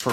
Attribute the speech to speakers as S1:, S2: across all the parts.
S1: For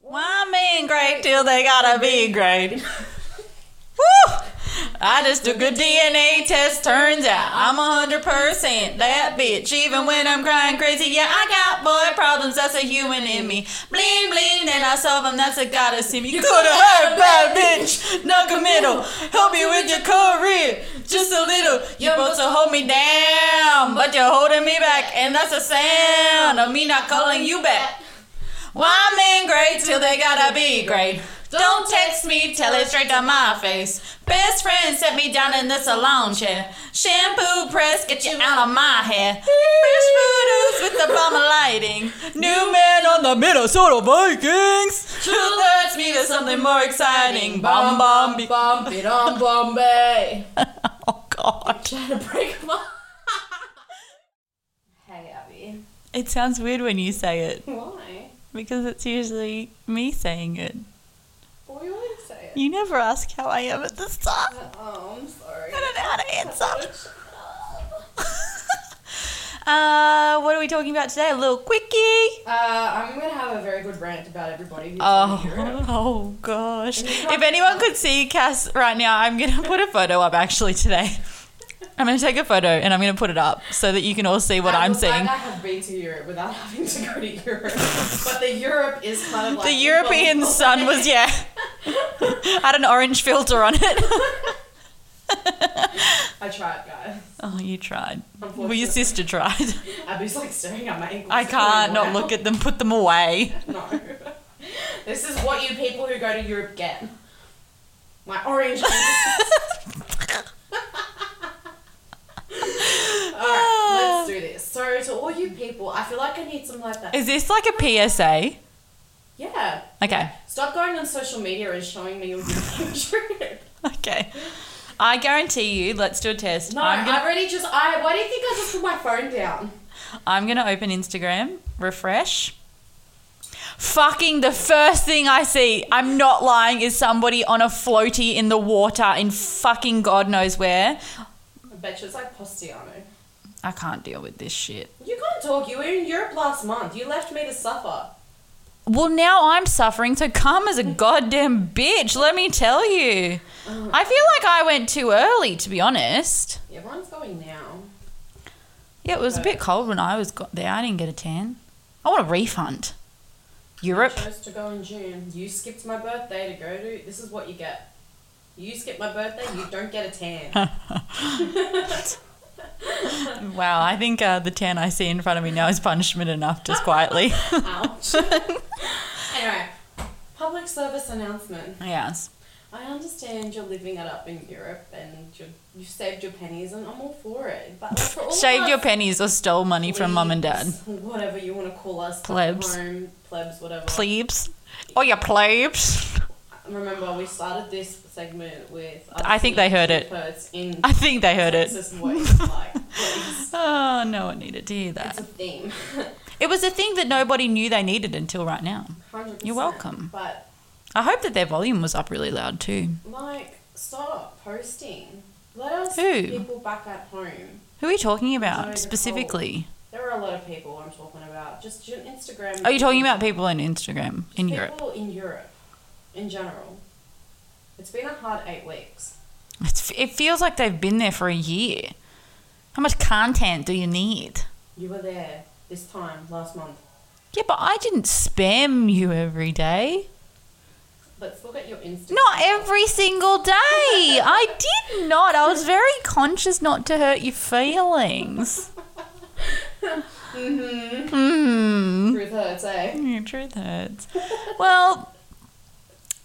S2: Why mean great till they gotta be great? Woo! I just took a DNA test, turns out I'm a 100% that bitch. Even when I'm crying crazy, yeah, I got boy problems, that's a human in me. Bling, bling, then I solve them, that's a goddess in me. You could've heard, bad bitch, no committal. Help me with your career, just a little. You're supposed to hold me down, but you're holding me back, and that's the sound of me not calling you back. Why men great till they gotta be great? Don't text me, tell it straight to my face. Best friend set me down in the salon chair. Shampoo press, get you out of my hair. Fresh photos with the bomber lighting. New man on the Minnesota Vikings. Truth hurts me to something more exciting. Bomb, bomb, be-
S3: Bump it on Bombay.
S2: Oh, God.
S3: hey, Abby.
S2: It sounds weird when you say it
S3: Why?
S2: because it's usually me saying it.
S3: Why would I say it?
S2: You never ask how I am at this time.
S3: Oh, I'm sorry.
S2: I don't know how to answer. uh, what are we talking about today? A little quickie.
S3: Uh, I'm gonna have a very good rant about everybody. who's gonna
S2: Oh, oh gosh. If anyone could see Cass right now, I'm going to put a photo up actually today. I'm going to take a photo and I'm going to put it up so that you can all see what
S3: I
S2: I'm
S3: would like
S2: seeing.
S3: I have been to Europe without having to go to Europe, but the Europe is kind of like
S2: The European sun was, yeah, had an orange filter on it.
S3: I tried, guys.
S2: Oh, you tried. Well, your sister tried.
S3: Abby's like staring at my ankles.
S2: I can't not look at them, put them away.
S3: No. this is what you people who go to Europe get. My orange. ankles. Alright, let's do this. So, to all you people, I feel like I need some like that.
S2: Ah. Is this like a PSA?
S3: Yeah.
S2: Okay.
S3: Stop going on social media and showing me your picture.
S2: Okay. I guarantee you, let's do a test.
S3: No,
S2: I'm
S3: I
S2: gonna
S3: already just. I. Why do you think I just put my phone down?
S2: I'm gonna open Instagram, refresh. Fucking the first thing I see, I'm not lying, is somebody on a floaty in the water in fucking God knows where.
S3: I bet you it's like Postiano.
S2: I can't deal with this shit.
S3: You can't talk. You were in Europe last month. You left me to suffer.
S2: Well, now I'm suffering, so come as a goddamn bitch, let me tell you. I feel like I went too early, to be honest.
S3: Everyone's going now.
S2: Yeah, it was a bit cold when I was got there. I didn't get a tan. I want a refund. Europe.
S3: chose to go in June. You skipped my birthday to go to. This is what you get. You skip my birthday, you don't get a tan.
S2: Wow, I think uh, the tan I see in front of me now is punishment enough, just quietly.
S3: Ouch. anyway, public service announcement.
S2: yes.
S3: I understand you're living it up in Europe and you you saved your pennies, and I'm all for it. But for all of
S2: Shaved
S3: us,
S2: your pennies or stole money from mum and dad.
S3: plebes, Whatever you want to call us. at
S2: Plebs.
S3: Home, plebs, whatever.
S2: Plebes. Oh, your plebes.
S3: Remember, we started this segment with.
S2: I think they heard it.
S3: experts In
S2: I think they heard it.
S3: Texas voice, like, please.
S2: Oh, no one needed to hear
S3: It's a
S2: that.
S3: theme.
S2: It was a thing that nobody knew they needed until right now.
S3: 100%.
S2: You're welcome.
S3: But,
S2: I hope that their volume was up really loud too.
S3: like, stop posting. Let us
S2: Who?
S3: people back at home.
S2: Who are we talking about
S3: Sorry, Nicole.
S2: specifically?
S3: There are a lot of people I'm talking about. Just gen- Instagram.
S2: Are you talking about people on Instagram in
S3: people
S2: Europe?
S3: in Europe, in general. It's been a hard eight weeks.
S2: It's, it feels like they've been there for a year. How much content do you need?
S3: You were there this time last month.
S2: Yeah, but I didn't spam you every day.
S3: Let's look at your Instagram.
S2: Not every single day. I did not. I was very conscious not to hurt your feelings.
S3: Truth hurts, eh?
S2: Your Mm-hmm. truth hurts. Well,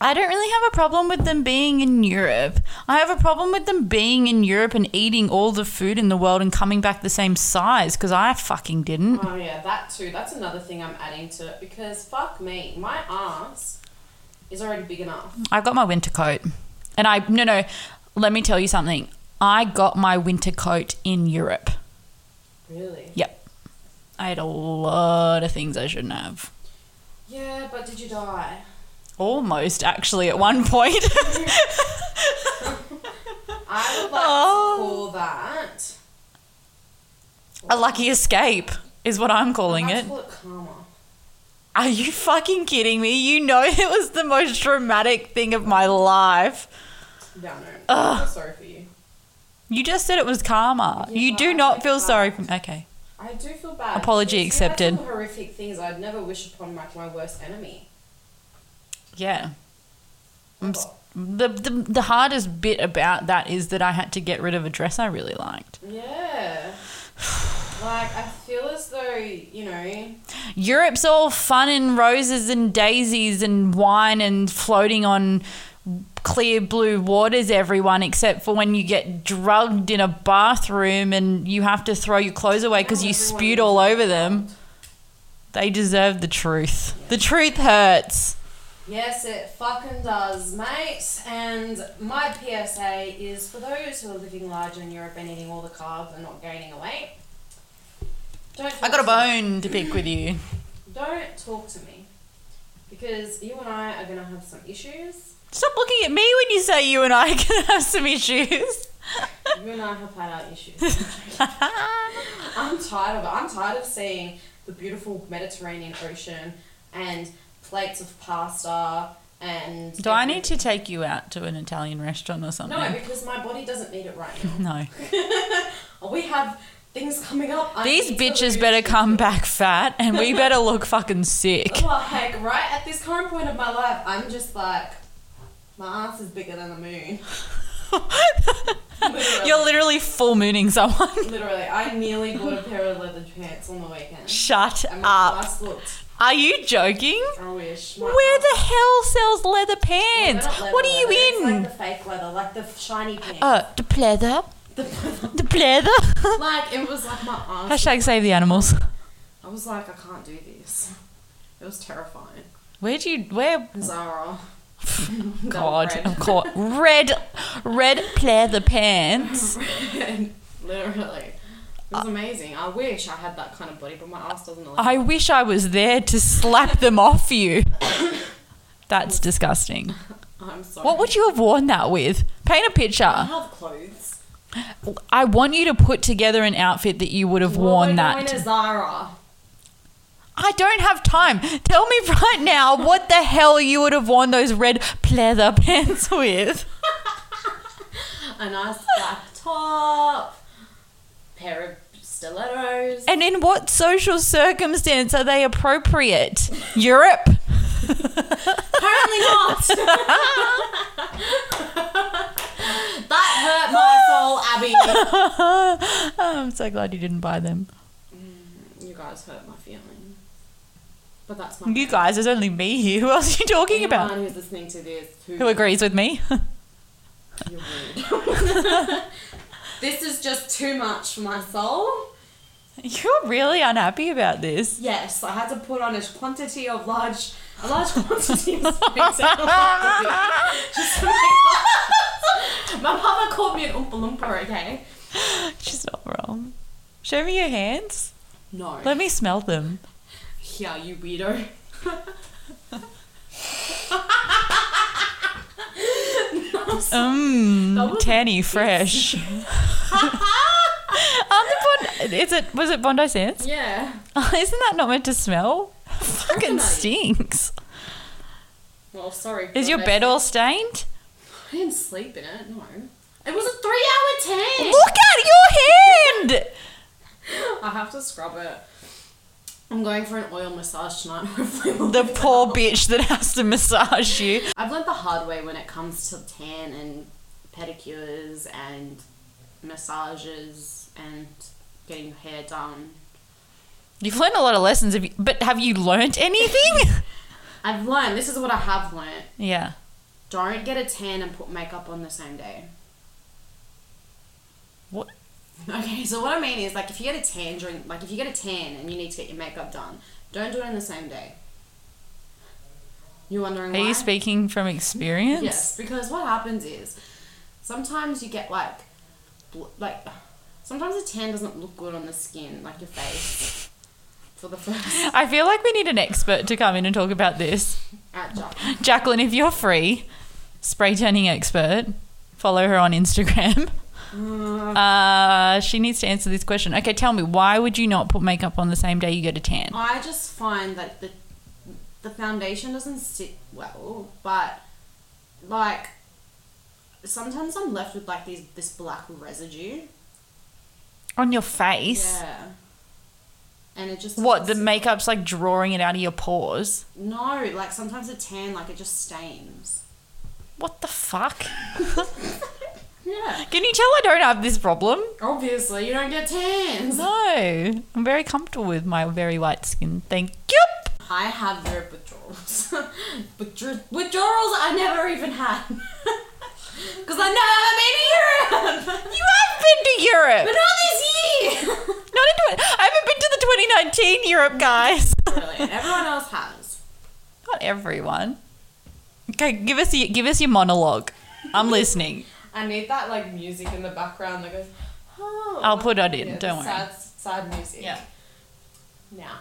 S2: I don't really have a problem with them being in Europe. I have a problem with them being in Europe and eating all the food in the world and coming back the same size because I fucking didn't.
S3: Oh yeah, that too. That's another thing I'm adding to it because fuck me, my ass is already big enough.
S2: I got my winter coat. And I, no, no, let me tell you something. I got my winter coat in Europe.
S3: Really?
S2: Yep. I had a lot of things I shouldn't have.
S3: Yeah, but did you die?
S2: Almost, actually, at one point.
S3: I would like
S2: Oh.
S3: to call that.
S2: a lucky escape is what I'm calling
S3: I'd
S2: it.
S3: Call it karma.
S2: Are you fucking kidding me? You know it was the most traumatic thing of my life.
S3: No, no. I feel sorry for you.
S2: You just said it was karma.
S3: Yeah,
S2: you do
S3: but
S2: not
S3: I
S2: feel
S3: can't.
S2: sorry for me. Okay.
S3: I do feel bad.
S2: Apology
S3: because you had
S2: accepted.
S3: some horrific things I'd never wish upon my, my worst enemy.
S2: Yeah. I'm s- the, the, the hardest bit about that is that I had to get rid of a dress I really liked.
S3: Yeah. like I feel as though you know.
S2: Europe's all fun and roses and daisies and wine and floating on clear blue waters, everyone, except for when you get drugged in a bathroom and you have to throw your clothes away because you
S3: Everyone
S2: spewed
S3: is
S2: all over them. They deserve the truth. The truth hurts.
S3: Yes, it fucking does, mate. And my PSA is for those who are living large in Europe and eating all the carbs and not gaining weight. Don't
S2: I got a
S3: talk to me.
S2: bone to pick with you.
S3: Don't talk to me, because you and I are gonna have some issues.
S2: Stop looking at me when you say you and I can have some issues.
S3: You and I have had our issues. I'm tired of it. I'm tired of seeing the beautiful Mediterranean Ocean and plates of pasta and.
S2: Do I need to take you out to an Italian restaurant or something?
S3: No, because my body doesn't need it right now.
S2: No.
S3: Oh, We have things coming up. I
S2: These
S3: need to
S2: bitches
S3: lose
S2: better come
S3: weight.
S2: back fat and we better look fucking sick.
S3: Like, right at this current point of my life, I'm just like, my ass is bigger than the moon. literally,
S2: You're literally full mooning someone.
S3: literally, I nearly bought a pair of leather pants on the weekend.
S2: Shut
S3: And my
S2: up.
S3: ass looked.
S2: Are you joking?
S3: I wish. My
S2: Where
S3: ass-
S2: the hell sells leather
S3: They're
S2: pants?
S3: not leather
S2: What are you
S3: leather, it's
S2: in?
S3: Like the fake leather, like the shiny pants.
S2: Uh, the pleather. The pleather.
S3: like it was like my ass.
S2: Hashtag save the animals.
S3: I was like, I can't do this. It was terrifying.
S2: Where'd you, where?
S3: Zara.
S2: God,
S3: Red.
S2: of course. Red, red pleather pants.
S3: Literally. It was amazing. I wish I had that kind of body, but my ass doesn't allow
S2: Uh, I wish I was there to slap them off you. That's disgusting.
S3: I'm sorry.
S2: What would you have worn that with? Paint a picture.
S3: have clothes?
S2: I want you to put together an outfit that you would have worn that.
S3: Zara.
S2: I don't have time. Tell me right now what the hell you would have worn those red pleather pants with.
S3: A nice black top. Pair of stilettos.
S2: And in what social circumstance are they appropriate? Europe? Oh
S3: Apparently not. that hurt my soul, Abby.
S2: I'm so glad you didn't buy them.
S3: You guys hurt my feeling. But that's my
S2: You guys, there's only me here. Who else are you talking
S3: Anyone
S2: about?
S3: who's listening to this who,
S2: Who agrees with me?
S3: You're rude. this is just too much for my soul.
S2: You're really unhappy about this.
S3: Yes, I had to put on a quantity of large, a large quantity of space out of my body. Just to make up. My mama called me an Oompa Loompa, okay?
S2: She's not wrong. Show me your hands.
S3: No.
S2: Let me smell them.
S3: yeah, you weirdo.
S2: Mmm,
S3: was
S2: Mm, tanny, fresh. I'm Um, the pod- Is it was it Bondi Sands? Oh,
S3: Yeah.
S2: Isn't that not meant to smell? Fucking
S3: Right.
S2: stinks.
S3: Well, sorry.
S2: Is your
S3: Bondi
S2: bed all stained?
S3: I didn't sleep in it. No. It was a three-hour tank.
S2: Look at your hand.
S3: I have to scrub it. I'm going for an oil massage tonight. Hopefully, we'll
S2: The
S3: get
S2: poor
S3: that.
S2: bitch that has to massage you.
S3: I've learned the hard way when it comes to tan and pedicures and massages and getting your hair done.
S2: You've learned a lot of lessons, have you, but have you learnt anything?
S3: I've learned. This is what I have learned.
S2: yeah.
S3: Don't get a tan and put makeup on the same day.
S2: What?
S3: Okay, so what I mean is, like, if you get a tan during, like, if you get a tan and you need to get your makeup done, don't do it on the same day. You're wondering
S2: Are
S3: why?
S2: you speaking from experience?
S3: Yes, because what happens is sometimes you get like, bl- like sometimes a tan doesn't look good on the skin, like your face. For the first
S2: I feel like we need an expert to come in and talk about this.
S3: at job.
S2: Jacqueline, if you're free, spray tanning expert, follow her on Instagram.
S3: Mm.
S2: Uh, she needs to answer this question. Okay, tell me, why would you not put makeup on the same day you go to tan?
S3: I just find that the the foundation doesn't sit well, but like sometimes I'm left with like these this black residue.
S2: On your face?
S3: Yeah. And it just
S2: What, the
S3: doesn't
S2: makeup's like drawing it out of your pores?
S3: sit- no like sometimes a tan like it just stains.
S2: What the fuck?
S3: Yeah,
S2: Can you tell I don't have this problem?
S3: obviously you don't get tans.
S2: No, I'm very comfortable with my very light skin. Thank you.
S3: I have their withdrawals. Withdraw- withdrawals I never even had. Because I never been to Europe!
S2: You have been to Europe.
S3: But not this year!
S2: Not in tw- I haven't been to the 2019 Europe, guys.
S3: Brilliant. Everyone else has.
S2: Not everyone. Okay, give us your, give us your monologue. I'm listening.
S3: I need that like music in the background that goes, oh.
S2: I'll put it in.
S3: Yeah,
S2: don't worry.
S3: the Sad, sad music.
S2: Yeah.
S3: Now,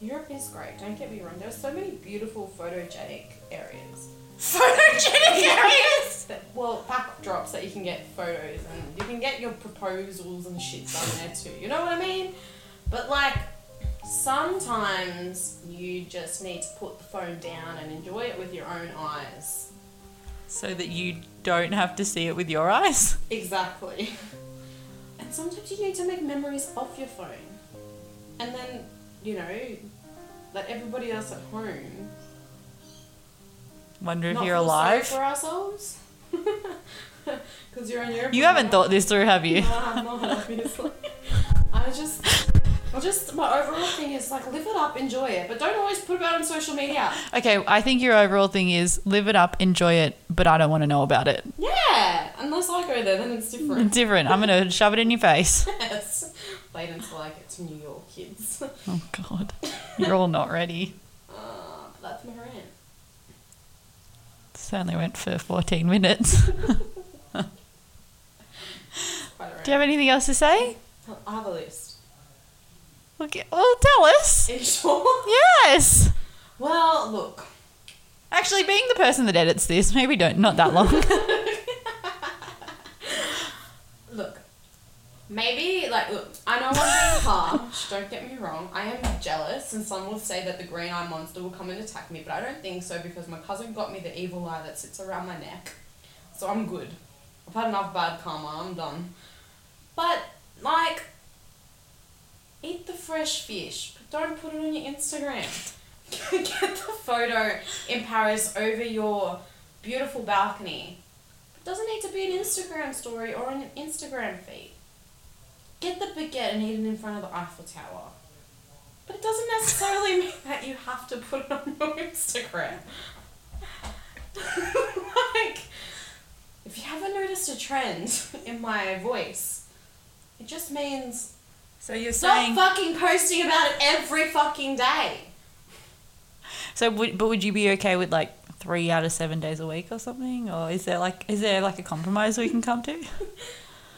S3: Europe is great, don't get me wrong. There are so many beautiful photogenic areas. Photogenic areas? That, well, backdrops that you can get photos and you can get your proposals and shit done there too. You know what I mean? But like, sometimes you just need to put the phone down and enjoy it with your own eyes.
S2: So that you don't have to see it with your eyes.
S3: Exactly. And sometimes you need to make memories off your phone. And then, you know, let everybody else at home.
S2: Wonder if
S3: not
S2: you're
S3: feel sorry
S2: alive.
S3: for ourselves. Because you're in Europe.
S2: You haven't thought this through, have you?
S3: No, I'm not, obviously. I just. I just. My overall thing is like, live it up, enjoy it, but don't always put it out on social media.
S2: Okay, I think your overall thing is live it up, enjoy it, but I don't want to know about it.
S3: Yeah! Unless I go there, then it's different.
S2: Different. I'm gonna shove it in your face.
S3: yes. Wait until I get to New York, kids.
S2: Oh God, you're all not ready.
S3: Uh, that's my rant.
S2: This only went for 14 minutes.
S3: Quite a rant.
S2: Do you have anything else to say?
S3: I have a list.
S2: Okay, well, tell us.
S3: Are you sure?
S2: Yes.
S3: Well, look.
S2: Actually, being the person that edits this, maybe don't not that long.
S3: Look. Maybe, like, look, I know I'm being harsh, don't get me wrong. I am jealous, and some will say that the green eye monster will come and attack me, but I don't think so because my cousin got me the evil eye that sits around my neck. So I'm good. I've had enough bad karma, I'm done. But, like, eat the fresh fish, but don't put it on your Instagram. Get the photo in Paris over your beautiful balcony. It doesn't need to be an Instagram story or an Instagram feed. Get the baguette and eat it in front of the Eiffel Tower. But it doesn't necessarily mean that you have to put it on your Instagram. like, if you haven't noticed a trend in my voice, it just means
S2: So you're
S3: stop fucking posting about it every fucking day.
S2: So, would, but would you be okay with like three out of seven days a week or something? Or is there like is there like a compromise we can come to?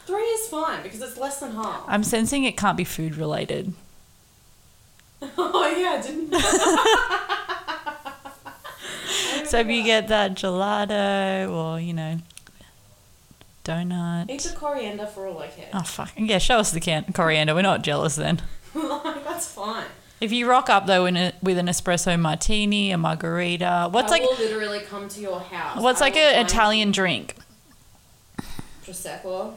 S3: Three is fine because it's less than half.
S2: I'm sensing it can't be food related.
S3: oh yeah, I didn't.
S2: So if you get that gelato, or you know, donut.
S3: Eat the coriander for all I care.
S2: Oh fuck! Yeah, show us the can- coriander. We're not jealous then.
S3: like, that's fine.
S2: If you rock up though in a, with an espresso martini, a margarita, what's
S3: I
S2: like
S3: will literally come to your house.
S2: what's
S3: I
S2: like
S3: will
S2: an
S3: find
S2: Italian drink?
S3: prosecco.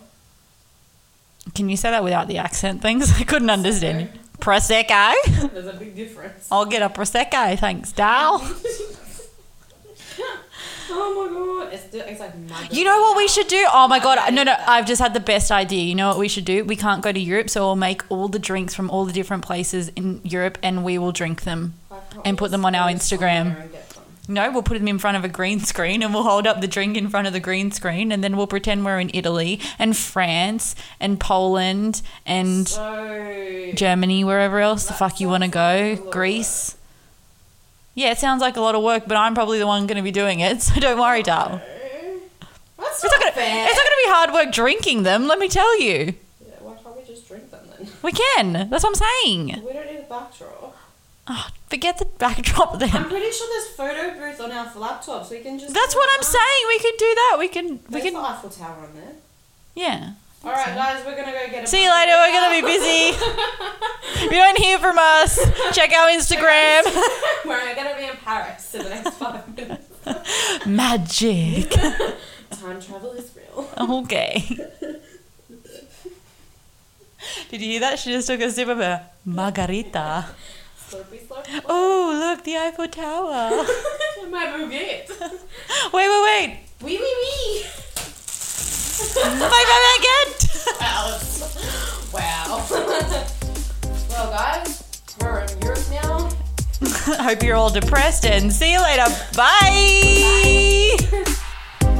S2: Can you say that without the accent things? I couldn't understand. you. Prosecco.
S3: There's a big difference.
S2: I'll get a prosecco, thanks, Dal.
S3: Oh my god, it's, di- it's like mud.
S2: You know what we should do? Oh my god, no, no, I've just had the best idea. You know what we should do? We can't go to Europe, so we'll make all the drinks from all the different places in Europe, and we will drink them and put them on our Instagram. No, we'll put them in front of a green screen, and we'll hold up the drink in front of the green screen, and then we'll pretend we're in Italy and France and Poland and
S3: So
S2: Germany, wherever else the
S3: That
S2: fuck you want to
S3: sounds like a lot
S2: go,
S3: of
S2: Greece. Yeah, it sounds like a lot of work, but I'm probably the one going to be doing it, so don't worry, Dal. It's
S3: that's not,
S2: not gonna.
S3: fair.
S2: It's not gonna be hard work drinking them. Let me tell you,
S3: Yeah, why can't we just drink them then?
S2: we can. That's what I'm saying.
S3: We don't need a back drawer.
S2: Oh, forget the backdrop
S3: I'm
S2: then.
S3: pretty sure there's photo booth on our laptops. We can just.
S2: That's what I'm saying. We can do that. We can. We
S3: There's the
S2: can.
S3: Eiffel Tower on there.
S2: Yeah.
S3: All right, guys, we're gonna go get. A
S2: See you later. We're gonna be busy. If you don't hear from us, check our Instagram.
S3: we're gonna be in Paris in the next five minutes.
S2: Magic.
S3: Time travel is real.
S2: Okay. Did you hear that? She just took a sip of her margarita.
S3: Slurpy slurp.
S2: Oh, look, the Eiffel Tower.
S3: My baguette.
S2: Wait, wait, wait.
S3: Wee wee wee.
S2: Bye, bye, baguette.
S3: Wow. well, guys, we're in Europe now.
S2: I hope you're all depressed and see you later. Bye.